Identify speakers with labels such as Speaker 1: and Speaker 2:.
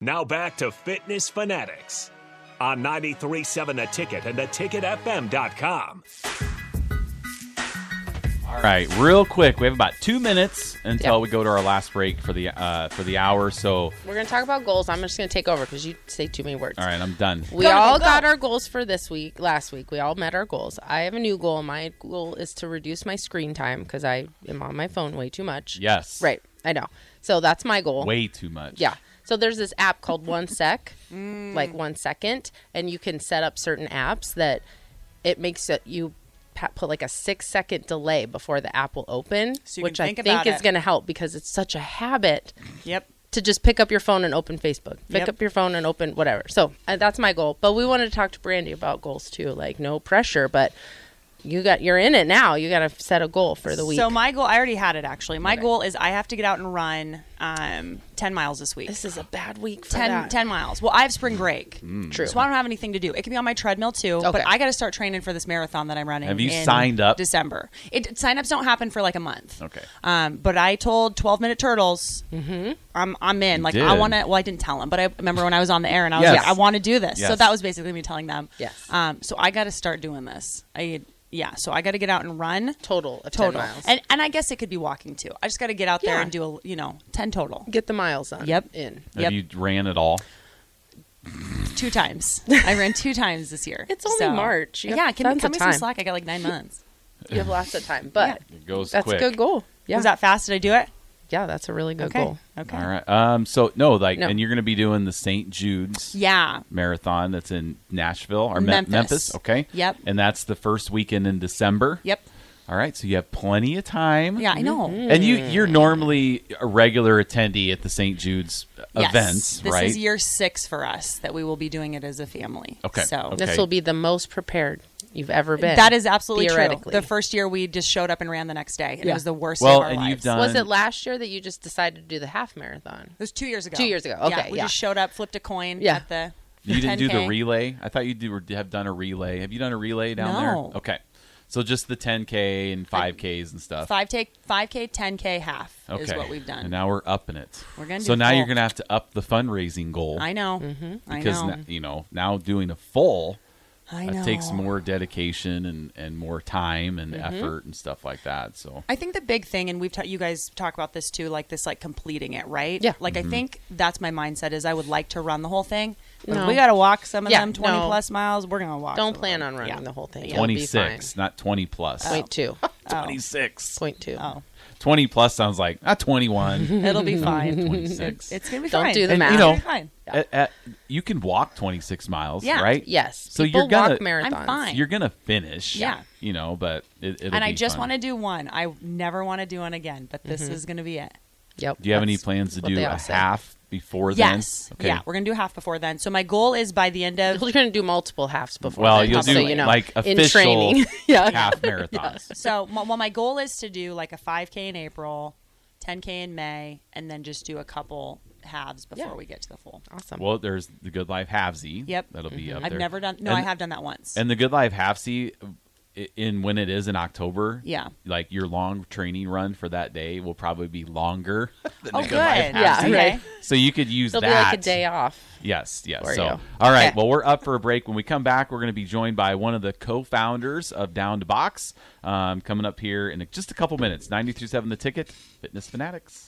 Speaker 1: Now back to Fitness Fanatics on 937 The Ticket and theticketfm.com.
Speaker 2: All right, real quick, we have about two minutes until we go to our last break for the uh, for the hour. So,
Speaker 3: We're going to talk about goals. I'm just going to take over because you say too many words.
Speaker 2: all right, I'm done.
Speaker 3: We all got our goals for this week, last week. We all met our goals. I have a new goal. My goal is to reduce my screen time because I am on my phone way too much.
Speaker 2: Yes.
Speaker 3: Right. I know. So that's my goal.
Speaker 2: Way too much.
Speaker 3: Yeah. So there's this app called One Sec,
Speaker 4: Mm.
Speaker 3: like One Second, and you can set up certain apps that it makes it, you pa- put like a six second delay before the app will open,
Speaker 4: So you
Speaker 3: which
Speaker 4: can
Speaker 3: I
Speaker 4: think
Speaker 3: think
Speaker 4: about
Speaker 3: is
Speaker 4: it.
Speaker 3: going to help because it's such a habit
Speaker 4: Yep.
Speaker 3: to just pick up your phone and open Facebook. Pick
Speaker 4: Yep.
Speaker 3: up your phone and open whatever. So uh, that's my goal. But we wanted to talk to Brandy about goals too. Like no pressure, but you got you're in it now. You got to set a goal for the week.
Speaker 4: So my goal, I already had it actually. My goal is I have to get out and run um, ten miles this week.
Speaker 3: this is a bad week for
Speaker 4: 10,
Speaker 3: that.
Speaker 4: 10 miles. Well, I have spring break,
Speaker 2: Mm.
Speaker 3: True.
Speaker 4: so I don't have anything to do. It can be on my treadmill too,
Speaker 3: Okay.
Speaker 4: but I got to start training for this marathon that I'm running.
Speaker 2: Have you
Speaker 4: in
Speaker 2: signed up?
Speaker 4: December. It signups don't happen for like a month.
Speaker 2: Okay.
Speaker 4: Um, but I told 12 minute turtles, I'm I'm in. like I
Speaker 2: did.
Speaker 4: want to. Well, I didn't tell them, but I remember when I was on the air and I was
Speaker 2: Yes.
Speaker 4: like, I want to do this. So
Speaker 2: Yes.
Speaker 4: that was basically me telling them.
Speaker 3: Yes.
Speaker 4: Um, so I got to start doing this. I yeah. So I got to get out and run
Speaker 3: total of 10
Speaker 4: total.
Speaker 3: miles.
Speaker 4: And and I guess it could be walking too. I just got to get out there
Speaker 3: Yeah.
Speaker 4: and do a you know ten total.
Speaker 3: get the miles on.
Speaker 4: Yep.
Speaker 3: In.
Speaker 2: Have
Speaker 4: Yep.
Speaker 2: you ran at all?
Speaker 4: two times. I ran two times this year.
Speaker 3: It's only March. You have
Speaker 4: yeah, can
Speaker 3: tons
Speaker 4: cut
Speaker 3: of
Speaker 4: me some
Speaker 3: time.
Speaker 4: slack. I got like nine months.
Speaker 3: You have lots of time, but
Speaker 2: It goes
Speaker 3: that's
Speaker 2: quick.
Speaker 3: a good goal. Yeah.
Speaker 4: Was that fast? Did I do it?
Speaker 3: yeah, that's a really good
Speaker 4: Okay.
Speaker 3: goal.
Speaker 4: Okay.
Speaker 2: All right. Um. So no, like,
Speaker 3: No.
Speaker 2: and you're going to be doing the St. Jude's
Speaker 4: Yeah.
Speaker 2: marathon that's in Nashville or Me-
Speaker 4: Memphis.
Speaker 2: Memphis. Okay.
Speaker 4: Yep.
Speaker 2: And that's the first weekend in December.
Speaker 4: Yep.
Speaker 2: All right. So you have plenty of time.
Speaker 4: Yeah, I know.
Speaker 3: Mm-hmm.
Speaker 2: And you you're normally a regular attendee at the St. Jude's
Speaker 4: Yes.
Speaker 2: events,
Speaker 4: This
Speaker 2: right?
Speaker 4: is year six for us that we will be doing it as a family.
Speaker 2: Okay.
Speaker 4: So
Speaker 2: Okay.
Speaker 3: This will be the most prepared you've ever been.
Speaker 4: that is absolutely true.
Speaker 3: theoretically.
Speaker 4: The first year we just showed up and ran the next day, and
Speaker 3: Yeah.
Speaker 4: it was the worst
Speaker 2: Well,
Speaker 4: day of our
Speaker 2: and
Speaker 4: lives.
Speaker 2: you've done-
Speaker 3: was it last year that you just decided to do the half marathon?
Speaker 4: It was two years ago.
Speaker 3: Two years ago. Okay,
Speaker 4: we
Speaker 3: yeah.
Speaker 4: just showed up, flipped a coin
Speaker 3: Yeah.
Speaker 4: at the.
Speaker 2: You didn't do the
Speaker 4: 10K.
Speaker 2: relay. I thought you do, have done a relay. Have you done a relay down
Speaker 4: No.
Speaker 2: there? Okay, so just the 10k and 5ks and stuff.
Speaker 4: Five take five k, ten k, half
Speaker 2: okay.
Speaker 4: is what we've done.
Speaker 2: And now we're upping it.
Speaker 4: We're gonna do
Speaker 2: so now
Speaker 4: full.
Speaker 2: you're gonna have to up the fundraising goal.
Speaker 4: I know. Mm-hmm. I
Speaker 2: because
Speaker 4: know.
Speaker 2: n- you know now doing a full
Speaker 4: I know. Mm-hmm.
Speaker 2: that takes more dedication and and more time and effort and stuff like that. So
Speaker 4: I think the big thing, and we've ta- you guys talk about this too, like this, like completing it, right?
Speaker 3: Yeah.
Speaker 4: Like
Speaker 2: Mm-hmm.
Speaker 4: I think that's my mindset is I would like to run the whole thing. But
Speaker 3: No.
Speaker 4: if we got to walk some of
Speaker 3: Yeah,
Speaker 4: them twenty
Speaker 3: no.
Speaker 4: plus miles. We're gonna walk.
Speaker 3: Don't
Speaker 4: some
Speaker 3: plan
Speaker 4: of
Speaker 3: on
Speaker 4: them.
Speaker 3: running
Speaker 4: Yeah.
Speaker 3: the whole thing. It'll be
Speaker 2: 26, not 20 plus.
Speaker 3: fine. Point two.
Speaker 2: Oh. Twenty six.
Speaker 3: Point two.
Speaker 4: Oh,
Speaker 2: 20 plus sounds like not 21.
Speaker 4: it'll be fine.
Speaker 2: 26.
Speaker 4: it's gonna be
Speaker 3: Don't
Speaker 4: fine.
Speaker 3: do the
Speaker 2: And,
Speaker 3: math.
Speaker 2: you know,
Speaker 4: It's fine.
Speaker 2: at- at- you can walk 26 miles,
Speaker 4: Yeah.
Speaker 2: right?
Speaker 3: Yes.
Speaker 2: So
Speaker 3: People
Speaker 2: you're gonna
Speaker 3: walk marathons.
Speaker 4: I'm fine.
Speaker 2: You're gonna finish.
Speaker 4: Yeah.
Speaker 2: You know, but it, it'll
Speaker 4: and I
Speaker 2: be
Speaker 4: just
Speaker 2: fun.
Speaker 4: want to do one. I never want to do one again, but this
Speaker 3: Mm-hmm.
Speaker 4: is gonna be it.
Speaker 3: Yep.
Speaker 2: Do you have any
Speaker 3: that's
Speaker 2: plans to
Speaker 3: what
Speaker 2: do
Speaker 3: they
Speaker 2: a
Speaker 3: all say.
Speaker 2: half before
Speaker 4: Yes.
Speaker 2: then? Okay.
Speaker 4: Yeah, we're gonna do half before then. So my goal is by the end of
Speaker 3: You're going to do multiple halves before.
Speaker 2: well,
Speaker 3: then,
Speaker 2: you'll
Speaker 3: so
Speaker 2: do
Speaker 3: you know,
Speaker 2: like
Speaker 3: in
Speaker 2: official
Speaker 3: training. yeah.
Speaker 2: half marathons.
Speaker 4: So, my- well, my goal is to do like a 5K in April, 10K in May, and then just do a couple halves before
Speaker 3: Yeah.
Speaker 4: we get to the full.
Speaker 3: Awesome.
Speaker 2: Well, there's the Good Life halfsy.
Speaker 4: Yep. Mm-hmm.
Speaker 2: That'll be up
Speaker 4: I've
Speaker 2: there.
Speaker 4: never done. No, I
Speaker 2: And-
Speaker 4: have done that once.
Speaker 2: And the Good Life halfsy, i- in when it is in October.
Speaker 4: Yeah.
Speaker 2: Like your long training run for that day will probably be longer. Than
Speaker 4: oh,
Speaker 2: the
Speaker 4: good.
Speaker 2: Good Life
Speaker 4: Yeah.
Speaker 2: halfsy.
Speaker 3: Yeah,
Speaker 4: Okay.
Speaker 3: right.
Speaker 2: So you could use
Speaker 3: It'll
Speaker 2: that.
Speaker 3: be like a day off.
Speaker 2: Yes, yes.
Speaker 3: For
Speaker 2: So,
Speaker 3: you.
Speaker 2: all right.
Speaker 3: Okay.
Speaker 2: Well, we're up for a break. When we come back, we're going to be joined by one of the co-founders of Down to Box, um, coming up here in just a couple minutes. 93.7 The Ticket, Fitness Fanatics.